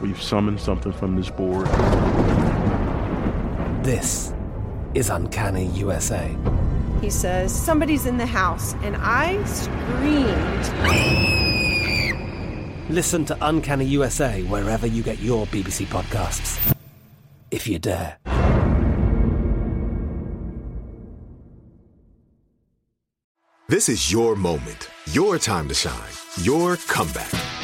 we've summoned something from this board. This is Uncanny USA. He says, Somebody's in the house, and I screamed. Listen to Uncanny USA wherever you get your BBC podcasts, if you dare. This is your moment, your time to shine, your comeback.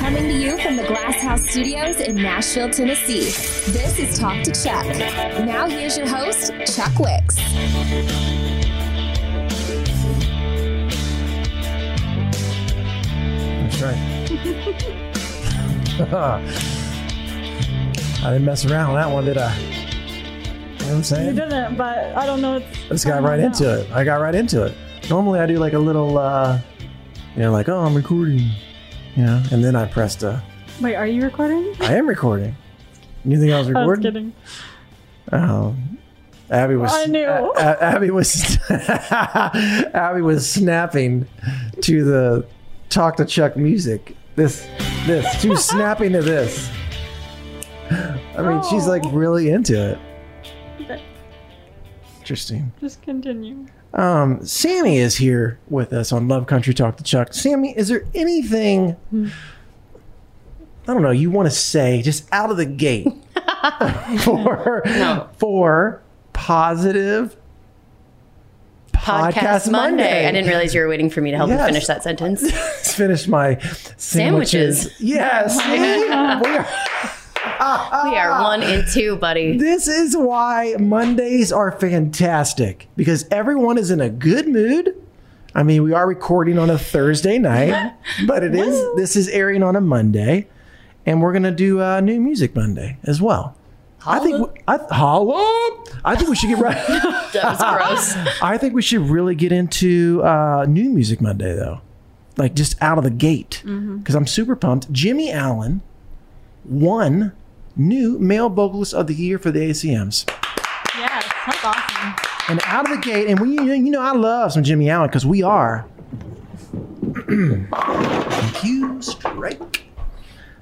Coming to you from the Glass House Studios in Nashville, Tennessee. This is Talk to Chuck. Now here's your host, Chuck Wicks. That's right. I didn't mess around on that one, did I? You know what I'm saying? You didn't, but I don't know. I just got right into now. it. I got right into it. Normally, I do like a little, uh, you know, like, oh, I'm recording. Yeah, and then I pressed a. Wait, are you recording? I am recording. You think I was recording? I was kidding. Oh, Abby was. I knew. A- a- Abby was. Abby was snapping to the talk to Chuck music. This, this. She was snapping to this. I mean, oh. she's like really into it. Okay. Interesting. Just continue. Um, Sammy is here with us on Love Country Talk to Chuck. Sammy, is there anything I don't know you want to say just out of the gate for no. for positive podcast, podcast Monday. Monday. I didn't realize you were waiting for me to help yes. you finish that sentence. finish my sandwiches. sandwiches. Yes. we are one and two, buddy. This is why Mondays are fantastic because everyone is in a good mood. I mean, we are recording on a Thursday night, but it is this is airing on a Monday, and we're gonna do uh, new music Monday as well. Holla. I think we, I, holla. I think we should get right. that was gross. I think we should really get into uh, new music Monday though, like just out of the gate, because mm-hmm. I'm super pumped. Jimmy Allen won new male vocalist of the year for the ACMs. Yes, that's awesome. And out of the gate, and we, you know, I love some Jimmy Allen because we are. Q Strike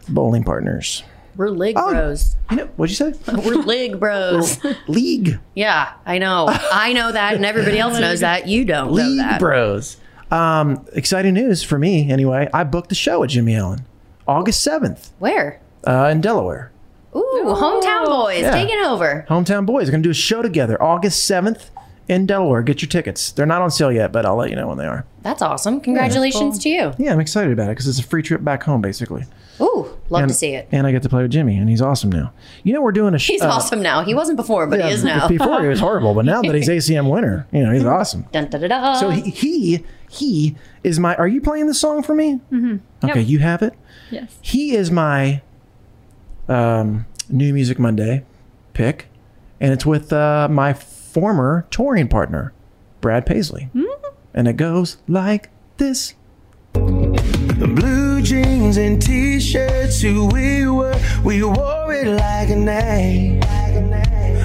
Bowling Partners. We're Lig Bros. Oh, You know, what'd you say? We're Lig Bros. League. Yeah, I know. I know that, and everybody else knows that. You don't know League that. Bros. Um, exciting news for me, anyway. I booked the show at Jimmy Allen August 7th Where? uh, in Delaware. Ooh, hometown boys Yeah. taking over. Hometown Boys are going to do a show together August 7th in Delaware. Get your tickets. They're not on sale yet, but I'll let you know when they are. That's awesome. Congratulations to Yeah, I'm excited about it because it's a free trip back home, basically. you. Ooh, love and, to see it. And I get to play with Jimmy, and he's awesome now. You know, we're doing a uh, show. He's awesome now. He wasn't before, but he is now. Before he was horrible, but now that he's ACM winner, you know, he's awesome. Dun, da, da, da. So he, he he is my. Are you playing the song for me? Mm-hmm. Okay, you have it. Yes. He is my um, new Music Monday pick, and it's with uh, my former touring partner, Brad Paisley, Hmm? and it goes like this. The blue jeans and t-shirts who we were, we wore it like a name.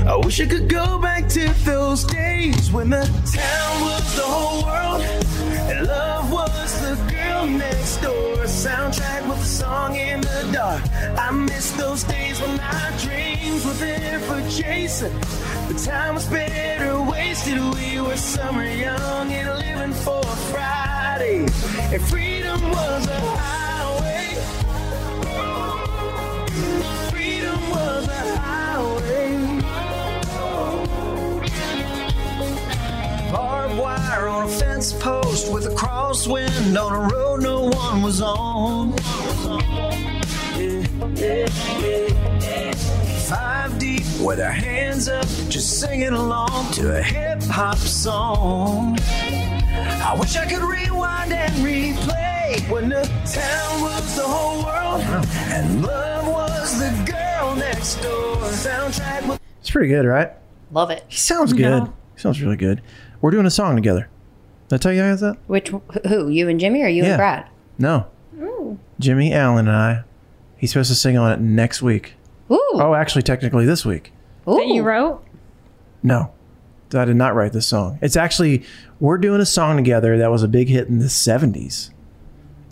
I wish I could go back to those days when the town was the whole world and love was the girl next door. Soundtrack with a song in the dark. I miss those days when our dreams were there for chasing. The time was better wasted. We were summer young and living for a Friday. And freedom was a highway. Freedom was a highway. Barbed wire on a fence post with a crosswind on a road no one was on. Five deep with our hands up, just singing along to a hip hop song. I wish I could rewind and replay when the town was the whole world and love was the girl next door. Soundtrack was It's pretty good, right? Love it. He sounds good. No. He sounds really good. We're doing a song together. Did I tell you guys that? Which who? You and Jimmy, or you Yeah. and Brad? No. Jimmy Allen and I. He's supposed to sing on it next week. Ooh. Oh, actually, technically this week. That you wrote? No, I did not write this song. It's actually we're doing a song together that was a big hit in the '70s,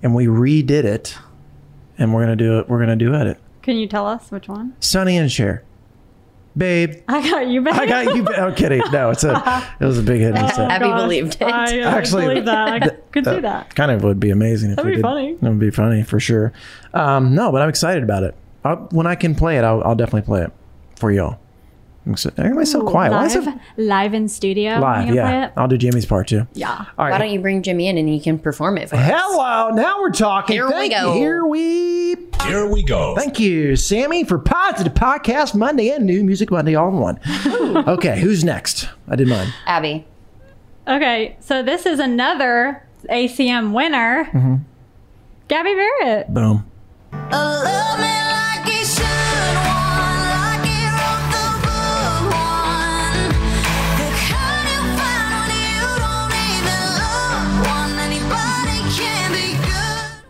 and we redid it, and we're gonna do it. We're gonna do it. Can you tell us which one? Sonny and Cher, babe. I got you back. I got you. ba- I'm kidding. No, it's a. It was a big hit. In the 70s. Abby believed it. Oh, I uh, Actually, uh, believe that. I could do that. Kind of would be amazing if That'd we be did. funny. That would be funny for sure. Um, no, but I'm excited about it. i when I can play it, I'll, I'll definitely play it for y'all. I'm excited. Everybody's so quiet. Why is Live, it live in studio. live? You gonna Yeah, play it? I'll do Jimmy's part too. Yeah. All Why right. don't you bring Jimmy in and he can perform it for us? Hello. Now we're talking. Here we Thank you. go. Here we. Here we go. Thank you, Sammy, for positive podcast Monday and new music Monday all in one. okay, who's next? I did mine. Abby. Okay, so this is another ACM winner, Mhm. Gabby Barrett. Boom.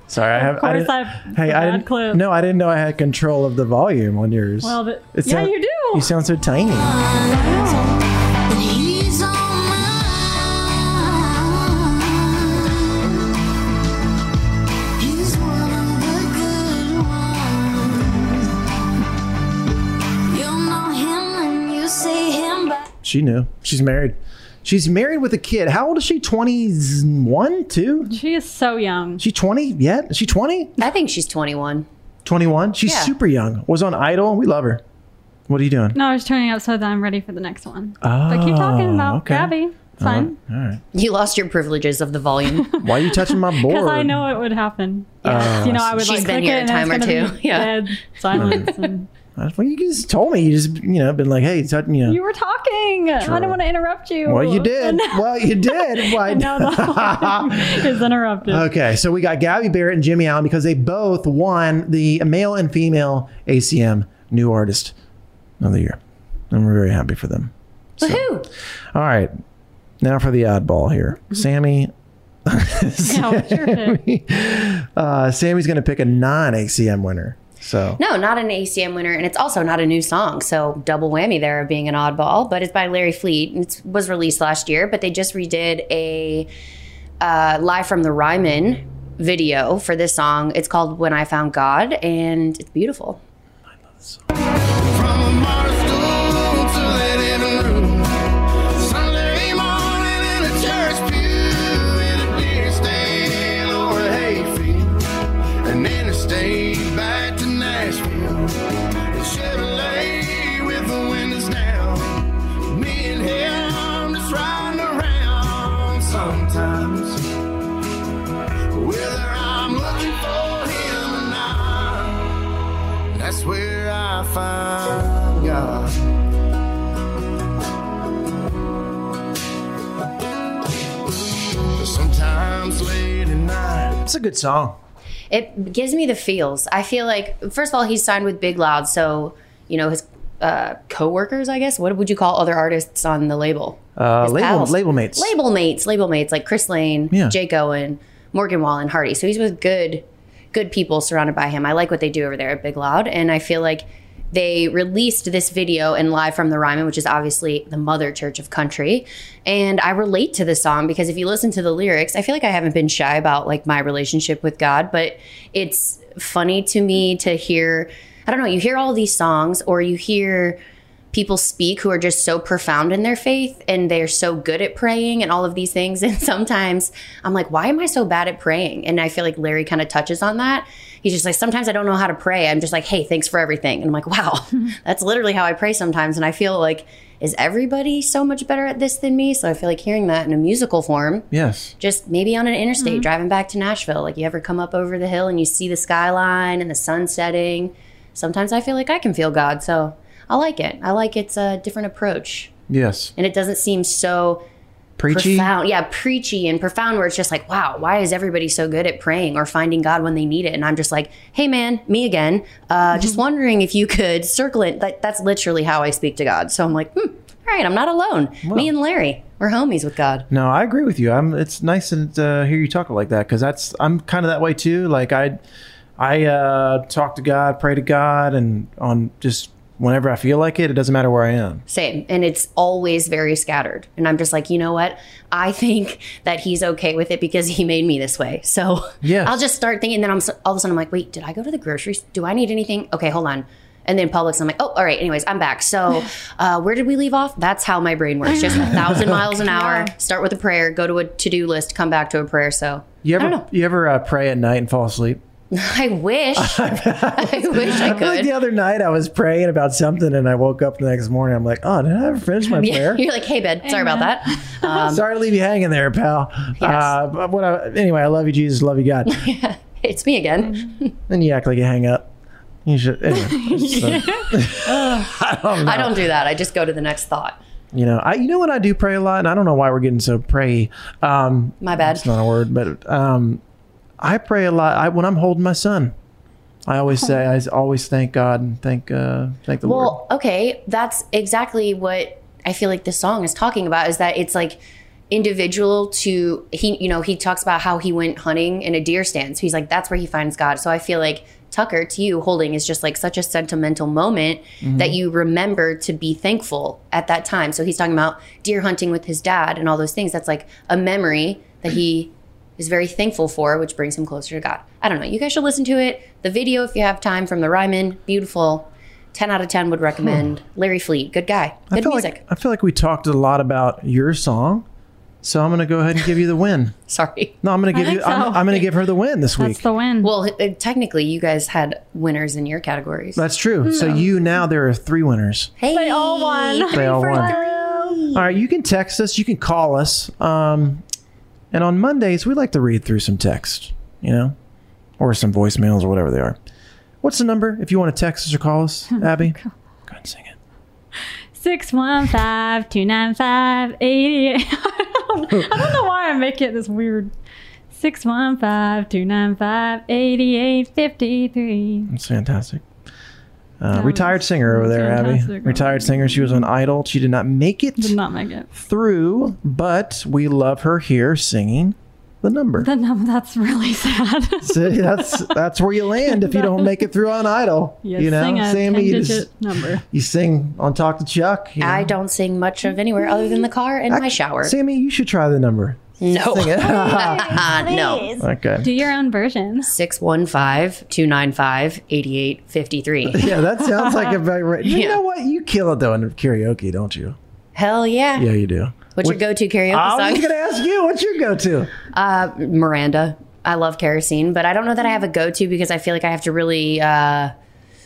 Sorry, I have. Of course, didn't- I've Hey, I bad didn't. clip. No, I didn't know I had control of the volume on yours. Well, but, It yeah, sound- you do. You sound so tiny. She knew. She's married. She's married with a kid. How old is she? 21, 2? She is so young. She 20 yet? Is she 20? I think she's 21. 21? She's Yeah. super young. Was on Idol. We love her. What are you doing? No, I was turning up so that I'm ready for the next one. Oh, but keep talking about okay. Gabby. It's Uh-huh. fine. All right. You lost your privileges of the volume. Why are you touching my board? Uh, Because I know it would happen. Yeah. you know, I would She's like been click here it a and then time it's or gonna two. be Yeah. Dead silence. and Uh, Well, you just told me. You just, you know, been like, hey, touch me. You know. you were talking. I didn't want to interrupt you. Well, you And- did. Well, you did. Why? and now the whole thing is interrupted. Okay, so we got Gabby Barrett and Jimmy Allen because they both won the male and female ACM New Artist of the Year. And we're very happy for them. Woohoo! All right, now for the oddball here. Sammy. Mm-hmm. Yeah, what's your pick? Uh, Sammy's going to pick a non ACM winner. So, No, not an ACM winner, and it's also not a new song. So double whammy there of being an oddball. But it's by Larry Fleet. and It was released last year, but they just redid a uh, live from the Ryman video for this song. It's called "When I Found God," and it's beautiful. a good song. It gives me the feels. I feel like, first of all, he's signed with Big Loud, so you know his uh, co-workers, I guess. What would you call other artists on the label? Uh, His label, pals. label mates. Label mates, label mates like Chris Lane, Yeah. Jake Owen, Morgan Wallen, Hardy. So he's with good, good people surrounded by him. I like what they do over there at Big Loud, and I feel like they released this video and live from the Ryman, which is obviously the mother church of country. And I relate to this song because if you listen to the lyrics, I feel like I haven't been shy about like my relationship with God, but it's funny to me to hear. I don't know. You hear all these songs, or you hear people speak who are just so profound in their faith and they're so good at praying and all of these things. And sometimes I'm like, why am I so bad at praying? And I feel like Larry kind of touches on that. He's just like, sometimes I don't know how to pray. I'm just like, hey, thanks for everything. And I'm like, wow, that's literally how I pray sometimes. And I feel like, is everybody so much better at this than me? So I feel like hearing that in a musical form Yes. just maybe on an interstate driving back to Nashville. Like you ever come up over the hill and you see the skyline and the sun setting. Sometimes I feel like I can feel God, so I like it. I like it's a different approach, Yes. and it doesn't seem so Preachy. profound. Yeah, preachy and profound. Where it's just like, wow, why is everybody so good at praying or finding God when they need it? And I'm just like, hey man, me again. Uh, just wondering if you could circle it. That, that's literally how I speak to God. So I'm like, hmm, all right, I'm not alone. me and Larry, we're homies with God. No, I agree with you. I'm. It's nice and uh, hear you talk like that because that's. I'm kind of that way too. Like I, I uh, talk to God, pray to God, and on just whenever I feel like it. It doesn't matter where I am. Same. And it's always very scattered. And I'm just like, you know what? I think that he's okay with it because he made me this way. So Yes. I'll just start thinking. And then I'm s- all of a sudden I'm like, wait, did I go to the grocery? s- Do I need anything? Okay, hold on. And then Publix, I'm like, oh, all right. Anyways, I'm back. So uh, where did we leave off? That's how my brain works. Just a thousand miles an hour. Start with a prayer. Go to a to do list. Come back to a prayer. So You ever you ever uh, pray at night and fall asleep? I wish. I wish I Like could. the other night, I was praying about something, and I woke up the next morning. I'm like, oh, did I ever finish my Yeah, Um, prayer? You're like, hey, bed. Sorry about that. Sorry to leave you hanging there, pal. Uh, but what I, anyway, I love you, Jesus. Love you, God. It's me again. then you act like you hang up. You should. Anyway, uh, I don't know. I don't do that. I just go to the next thought. You know, I you know what I do pray a lot, and I don't know why we're getting so pray. Um, My bad. It's not a word, but um, I pray a lot. I when I'm holding my son, I always say, I always thank God and thank uh, thank the Lord. Well, okay, that's exactly what I feel like this song is talking about is that it's like individual to he you know, he talks about how he went hunting in a deer stand. So he's like that's where he finds God. So I feel like Tucker to you holding is just like such a sentimental moment Mm-hmm. Mhm. that you remember to be thankful at that time. So he's talking about deer hunting with his dad and all those things. That's like a memory that he is very thankful for, which brings him closer to God. I don't know. You guys should listen to it. The video, if you have time, from the Ryman, beautiful. 10 out of 10 would recommend Larry Fleet. Good guy. I Good feel music. like I feel like we talked a lot about your song, so I'm gonna go ahead and give you the win. Sorry. No, I'm gonna I give you. think I'm, so. I'm gonna give her the win this week. the win. Well, uh, technically, you guys had winners in your categories. That's true. So Hmm. you now there are three winners. Hey. They all won. They all won. All right, you can text us, you can call us. Um, and on Mondays, we like to read through some text, you know, or some voicemails or whatever they are. What's the number if you want to text us or call us, Oh Abby? Go ahead and sing it. 615 295 88. I don't know why I make it this weird. 615 295 8853. That's fantastic. Uh, retired singer over there, Abby. fantastic. Retired singer. She was on Idol. She did not make it Did not make it. through, but we love her here singing the number. The number, that's really sad. See, that's that's where you land if you don't make it through on Idol. You, you know, sing a Sammy, 10 you digit just number. you sing on Talk to Chuck. you I know. don't sing much of anywhere other than the car and my shower. Sammy, you should try the number. No. Sing it. no. Okay. Do your own version. 615 295 8853. yeah, that sounds like a very right. You Yeah. know what? You kill it though in karaoke, don't you? Hell yeah. Yeah, you do. What's your go-to karaoke I song? was gonna ask you. What's your go-to? Uh, Miranda. I love kerosene, but I don't know that I have a go-to because I feel like I have to really uh,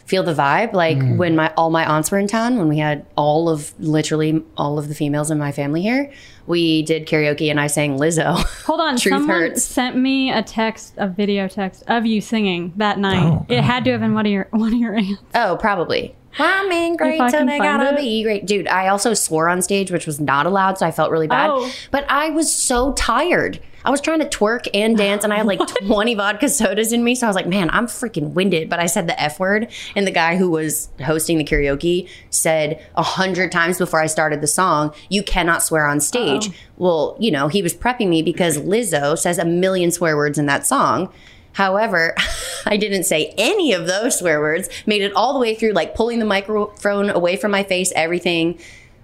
feel the vibe. Like Mm. when my all my aunts were in town, when we had all of literally all of the females in my family here, we did karaoke and I sang Lizzo. Hold on, Truth someone hurts. sent me a text, a Oh, video text of you singing that night. it had to have been one of your one of your aunts. Oh, probably. Well, I'm in great If I till can they find gotta it. be great. Dude, I also swore on stage, which was not allowed, so I felt really bad. Oh. But I was so tired. I was trying to twerk and dance, and I had like 20 vodka sodas in me. So I was like, man, I'm freaking winded. But I said the F word, and the guy who was hosting the karaoke said a hundred times before I started the song, you cannot swear on stage. Well, you know, he was prepping me because Lizzo says a million swear words in that song. However, I didn't say any of those swear words, made it all the way through, like pulling the microphone away from my face, everything,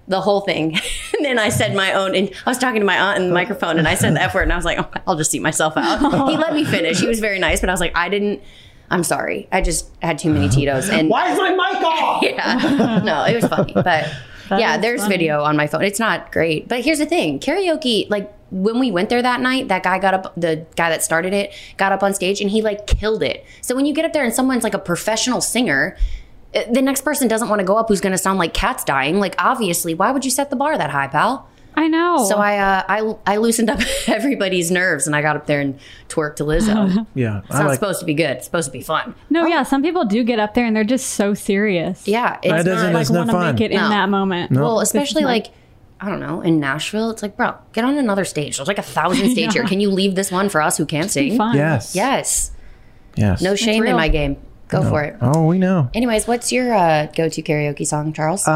the whole thing. and then I said my own, and I was talking to my aunt in the microphone, and I said the F word, and I was like, oh, I'll just eat myself out. he let me finish. He was very nice, but I was like, I didn't. I'm sorry. I just had too many Tito's. And Why is my mic off? yeah. No, it was funny. But yeah, there's video on my phone. It's not great. But here's the thing karaoke, like when we went there that night, that guy got up, the guy that started it got up on stage and he like killed it. So when you get up there and someone's like a professional singer, eh, the next person doesn't want to go up who's going to sound like cats dying. Like, obviously, why would you set the bar that high, pal? I know. So I, uh, I I loosened up everybody's nerves and I got up there and twerked to Lizzo. Yeah, It's not supposed to be good. It's supposed to be fun. No, yeah, some people do get up there and they're just so serious. Oh. Yeah, it's That doesn't- like it's not want to fun. make it No. in that moment. Well, especially like, I don't know, in Nashville, it's like, bro, get on another stage. There's like a thousand stage here. Yeah. Can you leave this one for us who can't sing? fun. Yes. Yes. Yes. No shame in real. my game. Go No. for it. Oh, we know. Anyways, what's your uh, go-to karaoke song, Charles?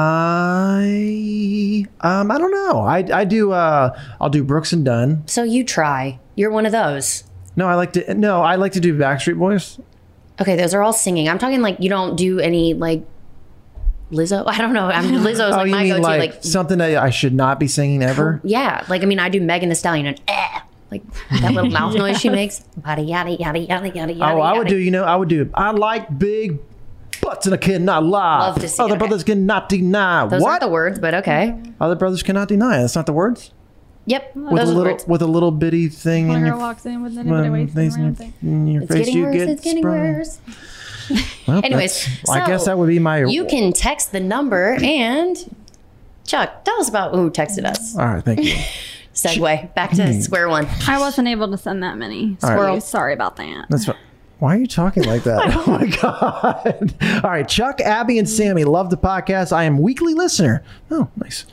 I um I don't know. I I do uh I'll do Brooks and Dunn. So you try. You're one of those. No, I like to no, I like to do Backstreet Boys. okay, those are all singing. I'm talking like you don't do any like Lizzo. I don't know. I'm Lizzo's like Oh, you my mean go-to. like, Like, something that I should not be singing ever? yeah, like I mean, I do Megan Thee Stallion and eh, like that little mouth noise she makes. Yada yada yada yada yada. oh, I would yada. do, you know, I would do I like big butts and I cannot lie. Love to see Other it. brothers cannot deny. Those what? aren't the words, but okay. Mm-hmm. Other brothers cannot deny. That's not the words. Yep. With a little with a little bitty thing in your, walks in with um, things in your- in your face, you get sprung. worse. Well, Anyways, that's- I guess so that would be my. You can text the number and Chuck, tell us about who texted us. All right, thank you. Segue back to square one. I wasn't able to send that many. Hmm. All right. Squirrel, sorry about that. That's fi- why are you talking like that? oh my god! All right, Chuck, Abby, and Sammy love the podcast. I am weekly listener. Oh, nice.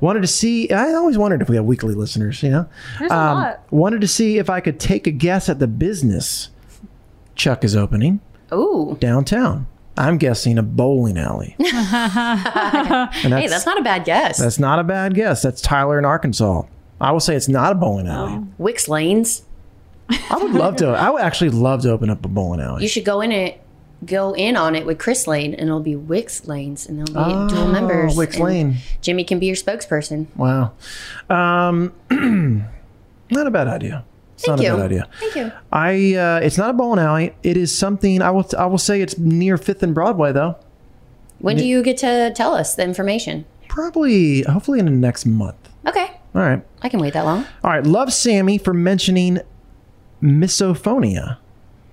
Wanted to see. I always wondered if we have weekly listeners. You know, Um, There's a lot. wanted to see if I could take a guess at the business Chuck is opening Ooh. downtown. I'm guessing a bowling alley. hey, that's- that's not a bad guess. That's not a bad guess. That's Tyler in Arkansas. I will say it's not a Oh. bowling alley. Wix Lanes. I would love to. I would actually love to open up a bowling alley. You should go in it, go in on it with Chris Lane, and it'll be Wix Lanes, and they'll be dual Oh, members. Wix and Lane. Jimmy can be your spokesperson. Wow. Um, not a bad idea. It's Thank not you. a bad idea. Thank you. I uh, it's not a bowling alley. It is something I will I will say it's near Fifth and Broadway though. When do you get to tell us the information? Probably hopefully in the next month. Okay, All right. I can wait that long. All right. Love Sammy for mentioning misophonia.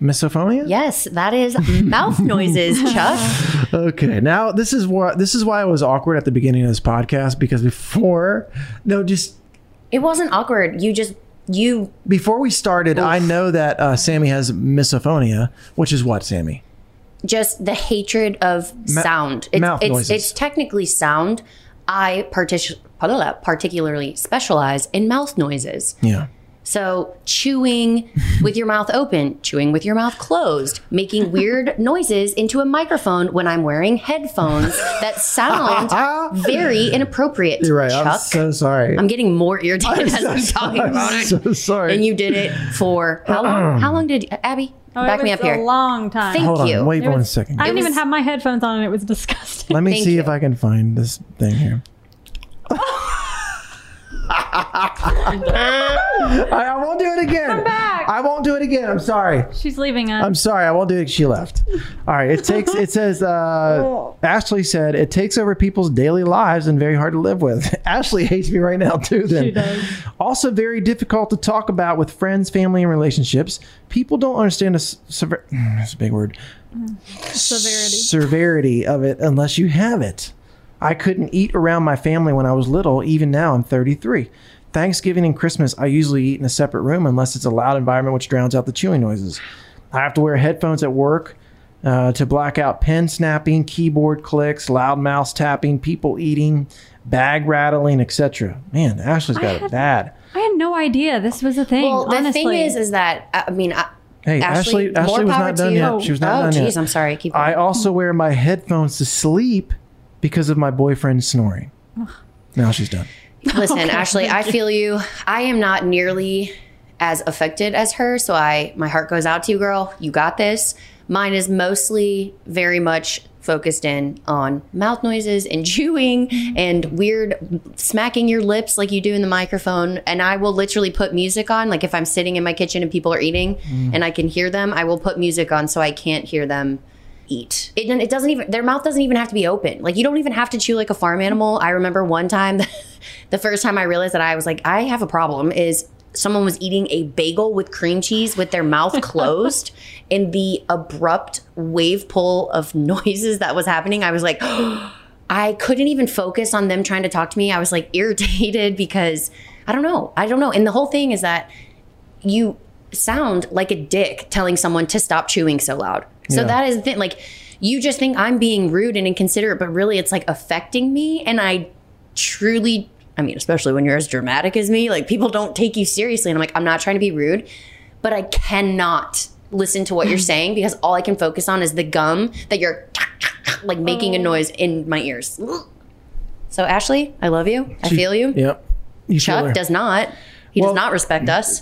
Misophonia? Yes, that is mouth noises, Chuck. Okay. Now this is what this is why I was awkward at the beginning of this podcast because before no just It wasn't awkward. You just you before we started I know that uh, Sammy has misophonia, which is what Sammy. just the hatred of Ma- sound. It's, mouth it's, noises. it's technically sound. I partic- particularly specialize in mouth noises. Yeah. So chewing with your mouth open, chewing with your mouth closed, making weird noises into a microphone when I'm wearing headphones that sound very inappropriate. You're right. I'm Chuck. so sorry. I'm getting more irritated as I'm talking about it. so sorry. And you did it for how long? how long did Abby Oh, back it was me up here? A long time. Thank Hold you. on. Wait It one was- second. I didn't It even was- have my headphones on, and it was disgusting. Let me see if I can find this thing here. I, I won't do it again. Come back. I won't do it again. I'm sorry. She's leaving us. I'm sorry. I won't do it. She left. All right. It takes. It says. Uh, Ashley said it takes over people's daily lives and very hard to live with. Ashley hates me right now too. Then. She does. Also, very difficult to talk about with friends, family, and relationships. People don't understand the s- sever- that's a big word. Severity. Severity of it unless you have it. I couldn't eat around my family when I was little. Even now, I'm 33. Thanksgiving and Christmas, I usually eat in a separate room unless it's a loud environment which drowns out the chewing noises. I have to wear headphones at work uh, to black out pen snapping, keyboard clicks, loud mouse tapping, people eating, bag rattling, etc. Man, Ashley's I got it had- bad. I had no idea this was a thing. Well, the honestly. thing is, is that I mean, I, Hey, Ashley, more Ashley, was power not to done you. yet. She was not oh, done geez, yet. I'm sorry. Keep I also wear my headphones to sleep because of my boyfriend snoring. Now she's done. Listen, Okay, Ashley, I thank you. feel you. I am not nearly as affected as her, so I my heart goes out to you, girl. You got this. Mine is mostly very much focused in on mouth noises and chewing and weird smacking your lips like you do in the microphone. And I will literally put music on, like if I'm sitting in my kitchen and people are eating Mm. and I can hear them, I will put music on so I can't hear them eat. It, it doesn't even their mouth doesn't even have to be open. Like you don't even have to chew like a farm animal. I remember one time, the first time I realized that I was like, I have a problem. Is someone was eating a bagel with cream cheese with their mouth closed, and the abrupt wave pull of noises that was happening. I was like. I couldn't even focus on them trying to talk to me. I was like irritated because I don't know. I don't know. And the whole thing is that you sound like a dick telling someone to stop chewing so loud. So Yeah. that is the thing. Like, you just think I'm being rude and inconsiderate, but really it's like affecting me. And I truly, I mean, especially when you're as dramatic as me, like people don't take you seriously. And I'm like, I'm not trying to be rude, but I cannot listen to what you're saying because all I can focus on is the gum that you're like making a noise in my ears. So, Ashley, I love you. I She- feel you. Yep. You feel her. Chuck does not. He does not respect us.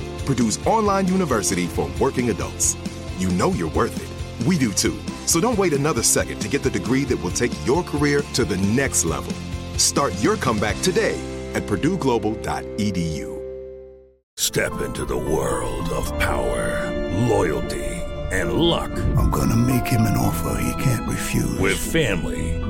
Purdue's online university for working adults. You know you're worth it. We do too. So don't wait another second to get the degree that will take your career to the next level. Start your comeback today at purdueglobal.edu. Step into the world of power, loyalty, and luck. I'm gonna make him an offer he can't refuse. With family,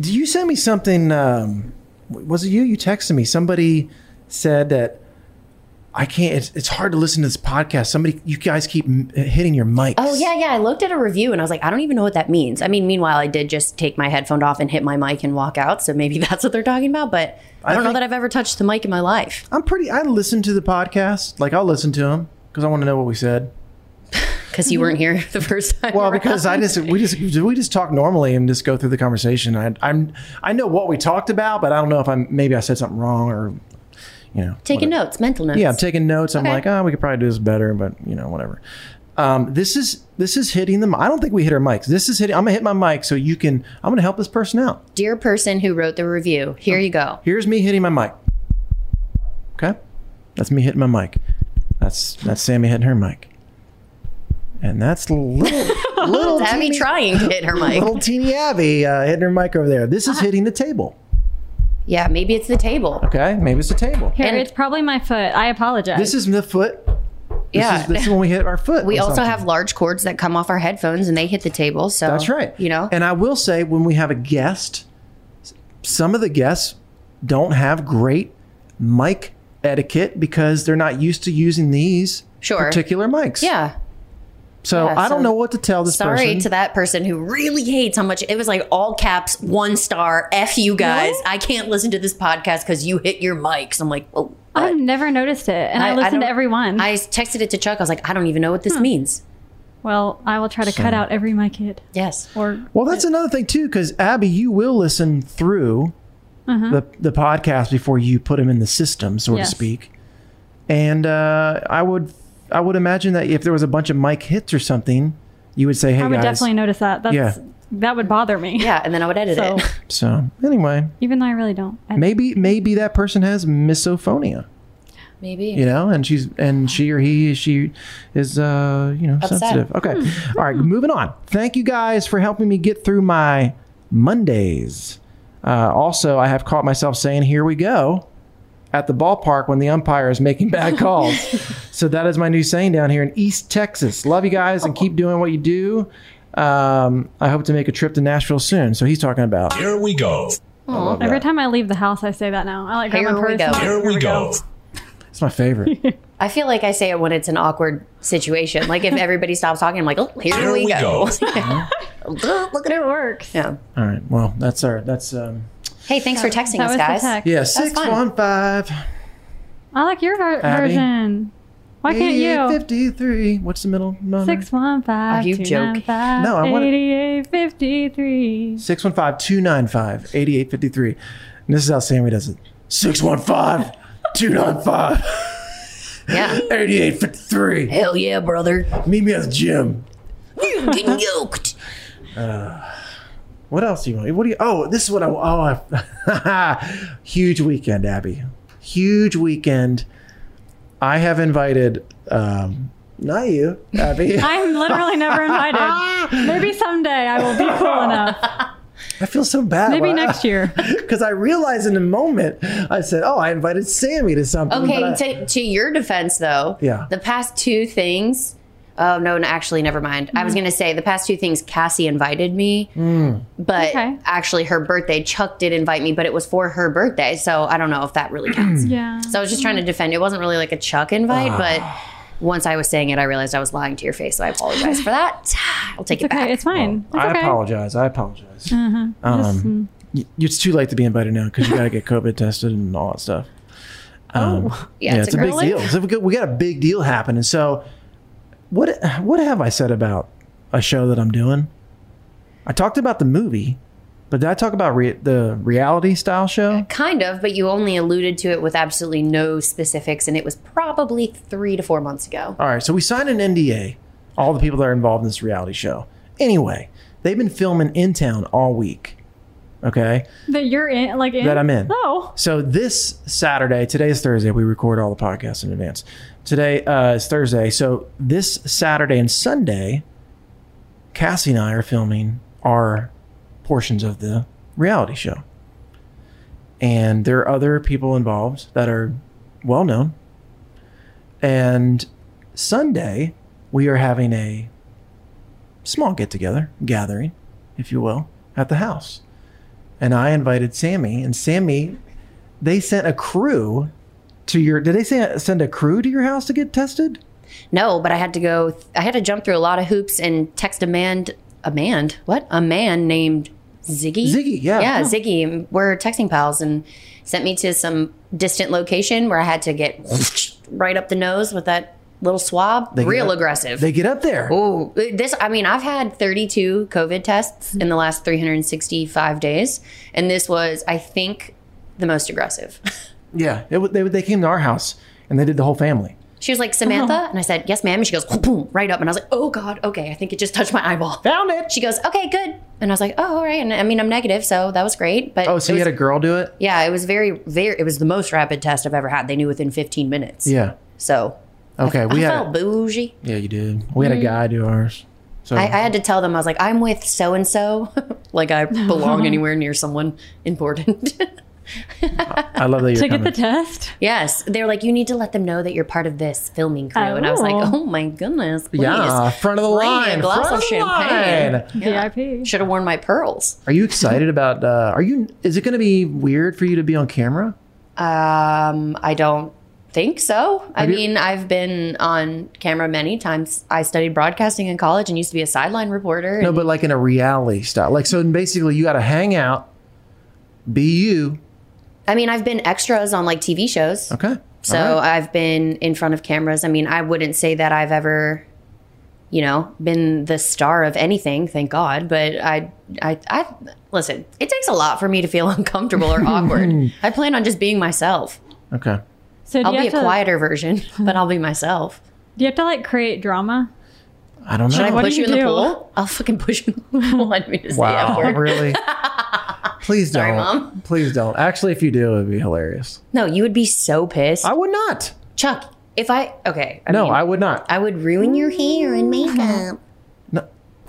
Do you send me something? Um, was it you? You texted me. Somebody said that I can't. It's, it's hard to listen to this podcast. Somebody, you guys keep m- uh, hitting your mic. Oh yeah, yeah. I looked at a review and I was like, I don't even know what that means. I mean, meanwhile, I did just take my headphone off and hit my mic and walk out. So maybe that's what they're talking about. But I, don't know that I've ever touched the mic in my life. I'm pretty. I listen to the podcast. Like I'll listen to them because I want to know what we said. Because you weren't here the first time. Well, because I just we just we just talk normally and just go through the conversation. I, I'm I know what we talked about, but I don't know if I'm maybe I said something wrong or you know Taking notes, mental notes. Yeah, I'm taking notes. I'm Okay. like, oh, we could probably do this better, but you know, whatever. Um, this is this is hitting them. I don't think we hit our mics. This is hitting. I'm gonna hit my mic so you can. I'm gonna help this person out. Dear person who wrote the review, here you go. Here's me hitting my mic. Okay, that's me hitting my mic. That's that's Sammy hitting her mic. And that's little Little Abby trying to hit her mic. Ah. little teeny Abby uh, hitting her mic over there. This is hitting the table. Yeah, maybe it's the table. Okay, maybe it's the table. Here, it's probably my foot. I apologize. This is the foot. This Yeah. is, this is when we hit our foot. We or also something. have large cords that come off our headphones and they hit the table. So That's right. You know, and I will say when we have a guest, s- some of the guests don't have great mic etiquette because they're not used to using these Sure. particular mics. Yeah. So Yeah, I don't so know what to tell this Sorry person. to that person who really hates how much it was like all caps, one star, F you guys. I can't listen to this podcast because you hit your mics. I'm like, "Oh." well, I've never noticed it, and I, listen to every. everyone. I texted it to Chuck. I was like, I don't even know what this means. Well, I will try to cut So- out every my kid. Yes. Or well, that's another thing too, because Abby, you will listen through uh-huh. the the podcast before you put them in the system, so Yes. to speak. And uh, I would I would imagine that if there was a bunch of mic hits or something, you would say, "Hey I would guys." definitely notice that. That's Yeah. that would bother me. Yeah, and then I would edit so, it. So anyway, Even though I really don't. maybe maybe that person has misophonia Maybe. you know and she's and she or he she is uh you know Upset. sensitive okay Hmm. all right moving on thank you guys for helping me get through my mondays uh, also i have caught myself saying here we go at the ballpark when the umpire is making bad calls so that is my new saying down here in east texas love you guys and keep doing what you do um, i hope to make a trip to nashville soon so he's talking about Here we go. Aw, love every that. time I leave the house, I say that now. I like grab my Here purse. we and go. I'm like, it's my favorite I feel like I say it when it's an awkward situation. Like if everybody stops talking, I'm like, oh, here, Here we, we go. go. Look at it works. Yeah. All right. Well, that's our that's um Hey, thanks for texting That us, was the guys. text. yeah That was six fun. one five. I like your ver- Abby? version. Why can't you? Fifty three. What's the middle number? Six one five Are you two joking? nine five No, I wanna- eighty-eight fifty-three. Six one five two nine five eighty eight fifty three. And this is how Sammy does it. Six one five two nine five Yeah. eighty eight fifty three. Hell yeah, brother. Meet me at the gym. You getting yoked. Uh, what else do you want? What do you? Oh, this is what I. Oh, I, huge weekend, Abby. Huge weekend. I have invited. um Not you, Abby. I'm literally never invited. Maybe someday I will be cool enough. I feel so bad. Maybe next year. Because I realized in the moment, I said, "Oh, I invited Sammy to something." but Okay, I- to, to your defense, though, Yeah. the past two things. Oh, no, no, actually, never mind. I was Mm. going to say the past two things, Cassie invited me, Mm. but actually her birthday, Chuck did invite me, but it was for her birthday. So I don't know if that really counts. yeah. So I was just trying to defend. It wasn't really like a Chuck invite, Ah. but once I was saying it, I realized I was lying to your face. So I apologize for that. I'll take It's it back. okay. It's fine. I it's okay. apologize. I apologize. Uh-huh. Just, mm. Um, y- it's too late to be invited now because you got to get COVID tested and all that stuff. Um, Oh. Yeah, it's it's, a a big girly. deal. So we got, we got a big deal happening. So, what what have I said about a show that I'm doing? I talked about the movie, but did I talk about re- the reality style show? Kind of, but you only alluded to it with absolutely no specifics, and it was probably three to four months ago. All right, so we signed an NDA, all the people that are involved in this reality show. Anyway, they've been filming in town all week. Okay. That you're in, like in. That I'm in. Oh, So this Saturday, today is Thursday. We record all the podcasts in advance. Today uh, is Thursday. So this Saturday and Sunday, Cassie and I are filming our portions of the reality show. And there are other people involved that are well known. And Sunday, we are having a small get together, gathering, if you will, at the house. And I invited Sammy, and Sammy, they sent a crew to your. Did they say, send a crew to your house to get tested? No, but I had to go. I had to jump through a lot of hoops and text a man. A man? What? A man named Ziggy. Ziggy, yeah. yeah, Yeah. Ziggy. We're texting pals, and sent me to some distant location where I had to get right up the nose with that little swab. They get Real up- aggressive. They get up there. Oh, this. I mean, I've had 32 COVID tests in the last 365 days, and this was, I think, the most aggressive. Yeah. It, wa- they, they came to our house and they did the whole family. She was like, Uh-huh. Samantha? And I said, Yes, ma'am. And she goes, boom, right up. And I was like, Oh, God, okay. I think it just touched my eyeball. Found it. She goes, Okay, good. And I was like, Oh, all right. And I mean, I'm negative, so that was great. But oh, so it you was- had a girl do it? Yeah, it was very, very, it was the most rapid test I've ever had. They knew within 15 minutes. Yeah. So Okay. I We had. felt bougie. yeah, you did. We had Mm. a guy do ours. So I, I had to tell them, I was like, I'm with so and so. Like, I belong anywhere near someone important. I love that you're coming. test? Yes. They're like, You need to let them know that you're part of this filming crew. And I was like, Oh. Oh my goodness. Please. Yeah, front of the Bring me line. A glass front of the champagne. line. VIP. Should have worn my pearls. Are you excited about? Uh, are you? Is it going to be weird for you to be on camera? Um, I don't think so. I Have you- mean, I've been on camera many times. I studied broadcasting in college and used to be a sideline reporter. No, and- but like in a reality style. Like so, basically, you got to hang out, be you. I mean, I've been extras on like TV shows. Okay. So All right. I've been in front of cameras. I mean, I wouldn't say that I've ever, you know, been the star of anything, thank God. But I, I, I listen. It takes a lot for me to feel uncomfortable or awkward. I plan on just being myself. Okay. So do I'll you be a have to- quieter version, but I'll be myself. Do you have to like create drama? I don't know. Should I What do push you you in the do? pool? Oh, I'll fucking push you in the pool. I didn't mean to say that Wow, word. really? Please don't. Sorry, Mom. Please don't. Actually, if you do, it'd be hilarious. No, you would be so pissed. I would not. Chuck, if I okay, I no, mean, I would not. I would ruin your hair and makeup.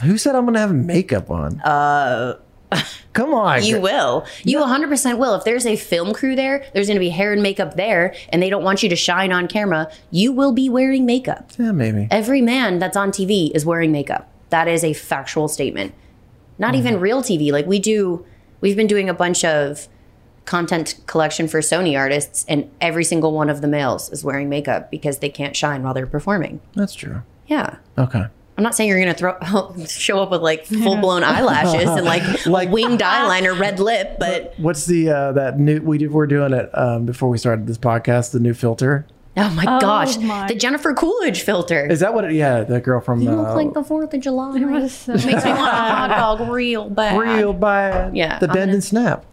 Who said I'm going to have makeup on? Uh, come on. You gr- will. You 100% will. If there's a film crew there, there's going to be hair and makeup there, and they don't want you to shine on camera, you will be wearing makeup. Yeah, maybe. Every man that's on TV is wearing makeup. That is a factual statement. Not even real TV. Like we do, we've been doing a bunch of content collection for Sony artists, and every single one of the males is wearing makeup because they can't shine while they're performing. That's true. Yeah. Okay. I'm not saying you're gonna throw show up with like full blown eyelashes and like, winged eyeliner, red lip, but What's the uh, that new we did, we're doing it um, before we started this podcast? The new filter oh my Oh gosh, my- the Jennifer Coolidge filter. is that what? It, yeah, the girl from you uh, look like the Fourth of July. It makes me want a hot dog real bad. Real bad. Yeah. the bend and snap.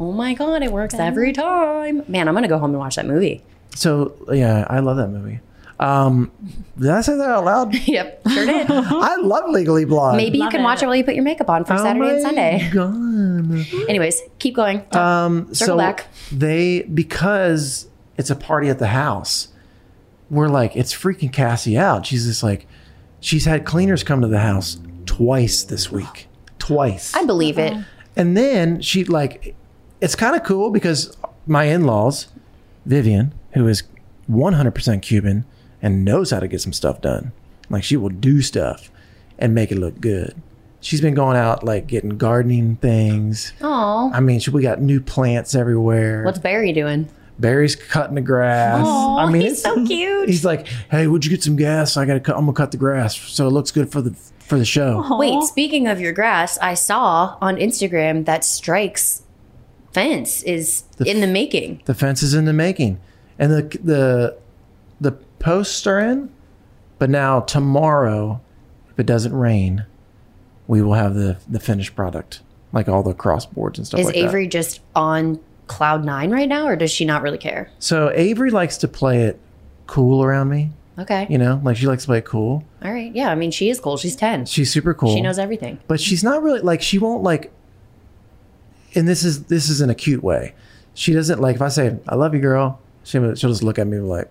Oh my god, it works every time. Man, I'm gonna go home and watch that movie. So yeah, I love that movie. Um, did I say that out loud? yep, sure did. I love Legally Blonde. Maybe you can watch it while you put your makeup on for Saturday and Sunday. Anyways, keep going. Um, Circle so back. they because it's a party at the house. We're like, it's freaking Cassie out. She's just like, she's had cleaners come to the house twice this week, twice. I believe it. And then she like, it's kind of cool because my in-laws, Vivian, who is 100% Cuban and knows how to get some stuff done, like she will do stuff and make it look good. She's been going out like getting gardening things. Oh, I mean, she- we got new plants everywhere. what's Barry doing? Barry's cutting the grass. Aw, I mean, he's so cute. He's like, "Hey, would you get some gas? I gotta, cut, I'm gonna cut the grass so it looks good for the for the show." Wait, speaking of your grass, I saw on Instagram that Strike's fence is in the making. The fence is in the making, and the the the posts are in. But now tomorrow, if it doesn't rain, we will have the the finished product, like all the crossboards and stuff. Is like that. Avery just on cloud nine right now, or does she not really care? So Avery likes to play it cool around me. Okay. You know, like she likes to play it cool. All right. Yeah. I mean, she is cool. She's 10. She's super cool. She knows everything. but she's not really like she won't like and this is this is in a cute way she doesn't like if i say i love you girl she, will just look at me like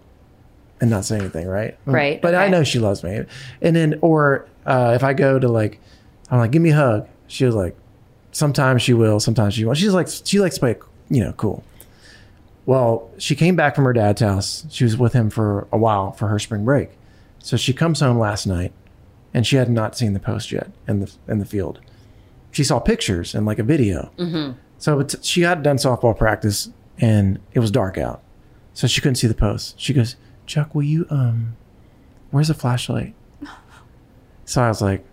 and not say anything right Right, but i okay. know she loves me and then or uh, if i go to like i'm like give me a hug she was like sometimes she will sometimes she won't she's like she likes to play you know cool well she came back from her dad's house she was with him for a while for her spring break so she comes home last night and she had not seen the post yet in the in the field. She saw pictures and like a video. Mm-hmm. So it's, she had done softball practice and it was dark out. So she couldn't see the post. She goes, Chuck, will you, um, where's the flashlight? So I was like,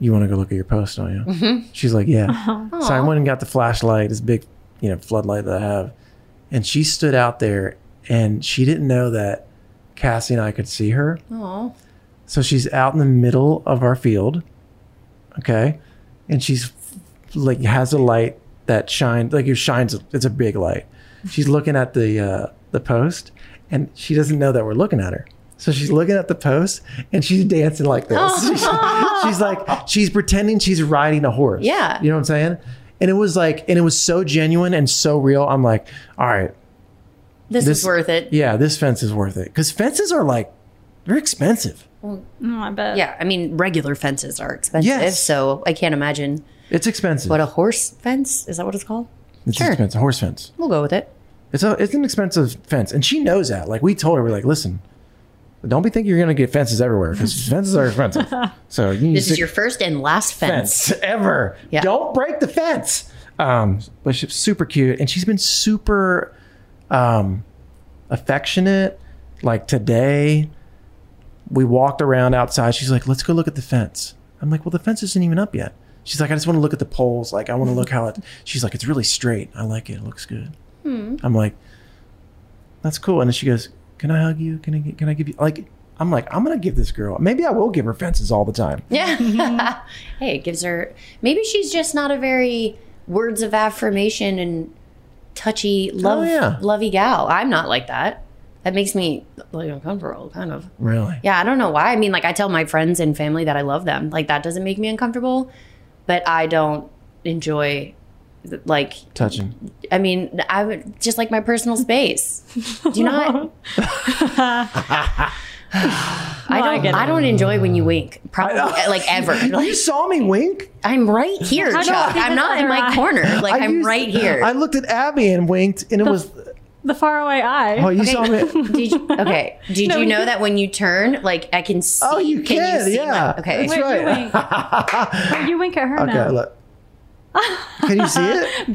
you want to go look at your post, don't you? Mhm. She's like, yeah. Aw. So I went and got the flashlight, this big, you know, floodlight that I have. And she stood out there and she didn't know that Cassie and I could see her. Oh. So she's out in the middle of our field, okay, and she's like has a light that shines like it shines. It's a big light. She's looking at the uh, the post, and she doesn't know that we're looking at her. So she's looking at the post, and she's dancing like this. She's, Oh. she's like she's pretending she's riding a horse. Yeah. you know what I'm saying. And it was like, and it was so genuine and so real. I'm like, all right, This, is worth it. Yeah, this fence is worth it because fences are like they're expensive. Well, I bet. Yeah, I mean, regular fences are expensive, so I can't imagine. It's expensive. What a horse fence? Is that what it's called? It's expensive. Horse fence. We'll go with it. It's a it's an expensive fence, and she knows that. Like we told her, we're like, listen, don't be thinking you're gonna get fences everywhere because fences are expensive. So you need This to- is your first and last fence. ever. Don't break the fence. Um, but she's super cute, and she's been super um, affectionate. Like today, we walked around outside. She's like, "Let's go look at the fence." I'm like, "Well, the fence isn't even up yet." She's like, "I just want to look at the poles. Like, I want to look how it." She's like, "It's really straight. I like it. It looks good." Hmm. I'm like, that's cool. And then she goes, can I hug you? Can I get, can I give you like, I'm like, I'm going to give this girl, maybe I will give her fences all the time. Yeah. hey, it gives her. Maybe she's just not a very words of affirmation and touchy, love, Oh, yeah. lovey gal. I'm not like that. That makes me like uncomfortable, kind of. Really? Yeah, I don't know why. I mean, like I tell my friends and family that I love them. Like that doesn't make me uncomfortable, but I don't enjoy th- like Touching. I mean, I would just like my personal space. Do you not? I No, I don't. get it. I, don't enjoy when you wink. Probably uh, like ever. You saw me wink. I'm right here, I know, Chuck. I'm not in my corner. Like I I'm used- right here. I looked at Abby and winked and it was, The faraway eye. Oh, you saw me- Did you, okay. Did No, you you- know that when you turn, like I can see? Oh, you Can can, you see my- yeah. okay. That's Wait, you right. Wait, you wink at her okay, now. look. Can you see it?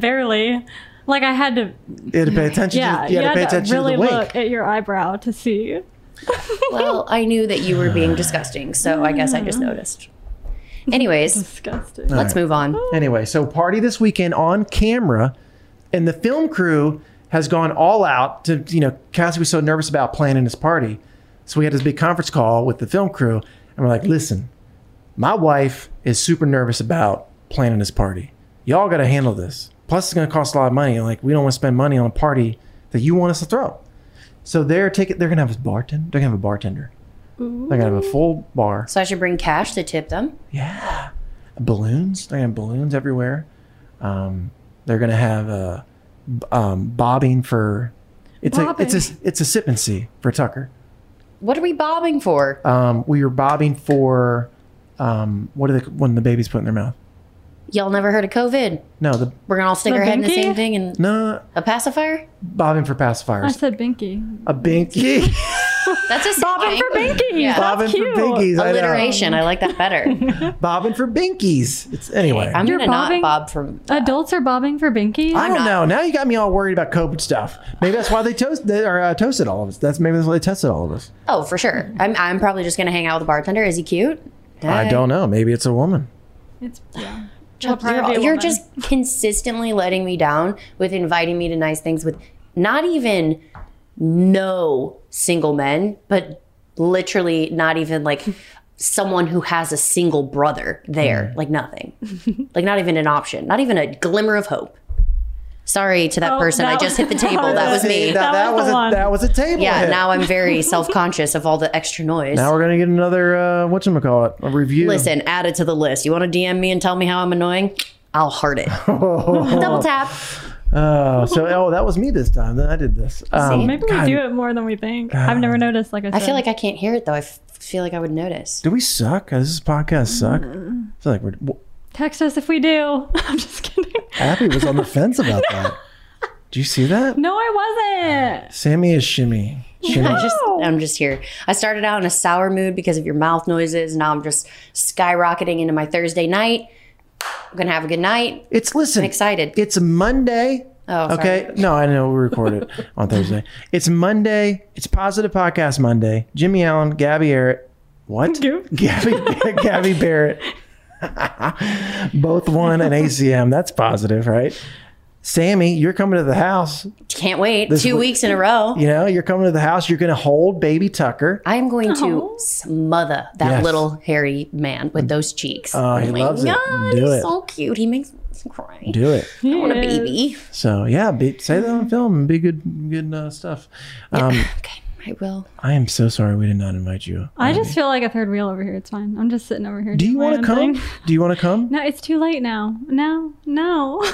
Barely. Like I had to. You had to pay attention. yeah, to, you had to pay had attention really to the wink. look at your eyebrow to see. well, I knew that you were being disgusting, so I guess I just noticed. Anyways, disgusting. All Let's right. move on. Anyway, so party this weekend on camera, and the film crew has gone all out to you know Cassie was so nervous about planning this party, so we had this big conference call with the film crew, and we're like, listen, my wife is super nervous about planning this party. Y'all got to handle this. Plus, it's going to cost a lot of money. and, Like we don't want to spend money on a party that you want us to throw. So they're taking. They're going to have a bartender. They're going to have a bartender. They're going to have a full bar. So I should bring cash to tip them. Yeah. balloons. They're gonna have balloons everywhere. Um, they're gonna have uh, b- um, bobbing for. It's Bobbing. a it's a it's a sip and see for Tucker. What are we bobbing for? Um, we were bobbing for. Um, what are the when the babies put in their mouth? Y'all never heard of COVID? No, the We're gonna all stick The our head in the binky? same thing and no a pacifier. bobbing for I pacifiers. said binky. A binky. That's a bobbing for binkies. Yeah. Bobbing for binkies. I know. Alliteration. I like that better. bobbing for binkies. It's anyway. I'm You're gonna bobbing? not bob for. Adults are bobbing for binkies. I don't know. Now you got me all worried about COVID stuff. Maybe that's why they toast. They are uh, toasted all of us. That's maybe that's why they tested all of us. Oh, for sure. I'm. I'm probably just gonna hang out with the bartender. Is he cute? I Dang. don't know. Maybe it's a woman. It's yeah. Chuck, you're, you're just consistently letting me down with inviting me to nice things with not even no single men, but literally not even like someone who has a single brother Mm. there. Like nothing. like not even an option. Not even a glimmer of hope. Sorry to that Oh, person. that I just hit the was- table. That was me. That, that was, a, that was a table. yeah, hit. now I'm very self conscious of all the extra noise. Now we're gonna get another uh, what call it a review. Listen, add it to the list. You want to DM me and tell me how I'm annoying? I'll heart it. Double tap. Oh, so oh, that was me this time. Then I did this. Um, maybe we God, do it more than we think. I've never noticed. Like I said, I feel like I can't hear it though. I f- feel like I would notice. Do we suck? Does this podcast suck? Mm-hmm. Mm. I feel like we're. w text us if we do. Abby was on the fence about that. Do you see that? no, I wasn't. Sammy is shimmy. Shimmy. I'm just, I'm just here. I started out in a sour mood because of your mouth noises. Now I'm just skyrocketing into my Thursday night. I'm gonna have a good night. It's listen. I'm excited. It's a Monday. Oh, sorry. okay. No, I know we record it on Thursday. It's Monday. It's Positive Podcast Monday. Jimmy Allen, Gabby Barrett. What? Gabby, Gabby Barrett. Both won an ACM. That's positive, right? Sammy, you're coming to the house. Can't wait. this Two week- weeks in a row. You know, you're coming to the house. You're going to hold baby Tucker. I'm going to smother that Yes. little hairy man with those cheeks. Oh, he my loves it. God, Do he's it. so cute. He makes me cry. Do it. I want a baby. So yeah, be, say that on film and be good, good uh, stuff. Um, okay, I will. I am so sorry we did not invite you. I just feel like a third wheel over here. It's fine. I'm just sitting over here. Do doing you my want own to come? thing. Do you want to come? No, it's too late now. No, no.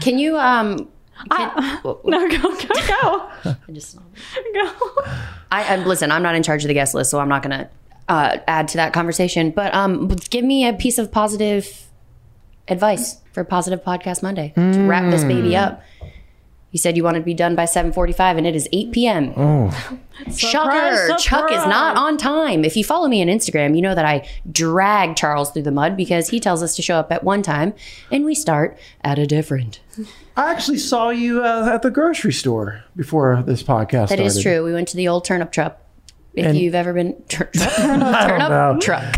Can you um? I, no, go, go, go. I just go. I, I listen. I'm not in charge of the guest list, so I'm not gonna uh, add to that conversation. But um, give me a piece of positive advice for Positive Podcast Monday to wrap this baby Hmm. up. You said you wanted to be done by 7:45, and it is 8 p.m. Oh, Shocker! Surprise, Chuck is surprise. not on time. If you follow me on Instagram, you know that I drag Charles through the mud because he tells us to show up at one time, and we start at a different. I actually saw you uh, at the grocery store before this podcast. That is started. true. We went to the old turnip truck. If And- you've ever been tur- truck, don't know. turnip truck,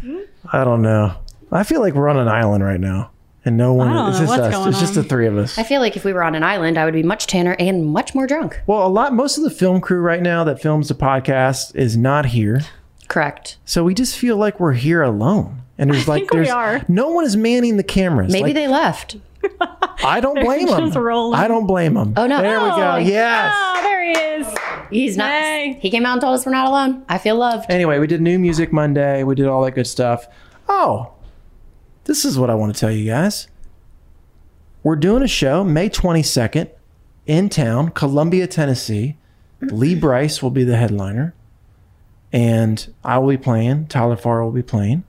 I don't know. I feel like we're on an island right now, and no one. I don't It's know just what's us. going it's just on. the three of us. I feel like if we were on an island, I would be much tanner and much more drunk. Well, a lot. Most of the film crew right now that films the podcast is not here. Correct. So we just feel like we're here alone, and there's like we there's are. no one is manning the cameras. Maybe Like, they left. I don't They're blame them. just rolling. I don't blame them. Oh no! There we go. Yes. Oh, there he is. he's not. He came out and told us we're not alone. I feel loved. Anyway, we did new music Monday. We did all that good stuff. Oh, this is what I want to tell you guys. We're doing a show May 22nd in town, Columbia, Tennessee. Lee Bryce will be the headliner, and I will be playing. Tyler Farr will be playing,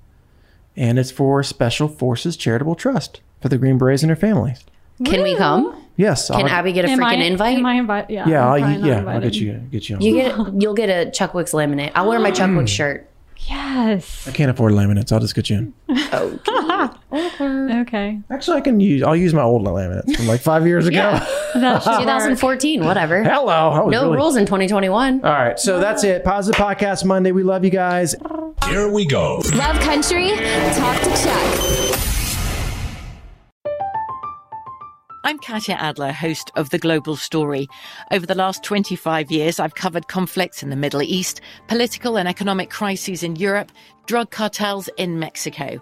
and it's for Special Forces Charitable Trust for the Green Berets and their families. Can we come? Yes, Can Abby get a Am freaking I- invite? Am I invite? Yeah. Yeah, I'll, I'm probably not yeah, I'll invited. get you. Get you. On. You get. You'll get a Chuck Wicks laminate. I'll wear my Chuck Wicks shirt. Yes. I can't afford laminates. I'll just get you in. okay. Actually, I can use. I'll use my old laminates from like five years ago. That's 2014, whatever. Hello. I was No really- rules in 2021. All right, so that's it. Positive Podcast Monday. We love you guys. Here we go. Love Country, talk to Chuck. I'm Katya Adler, host of The Global Story. Over the last 25 years, I've covered conflicts in the Middle East, political and economic crises in Europe, drug cartels in Mexico.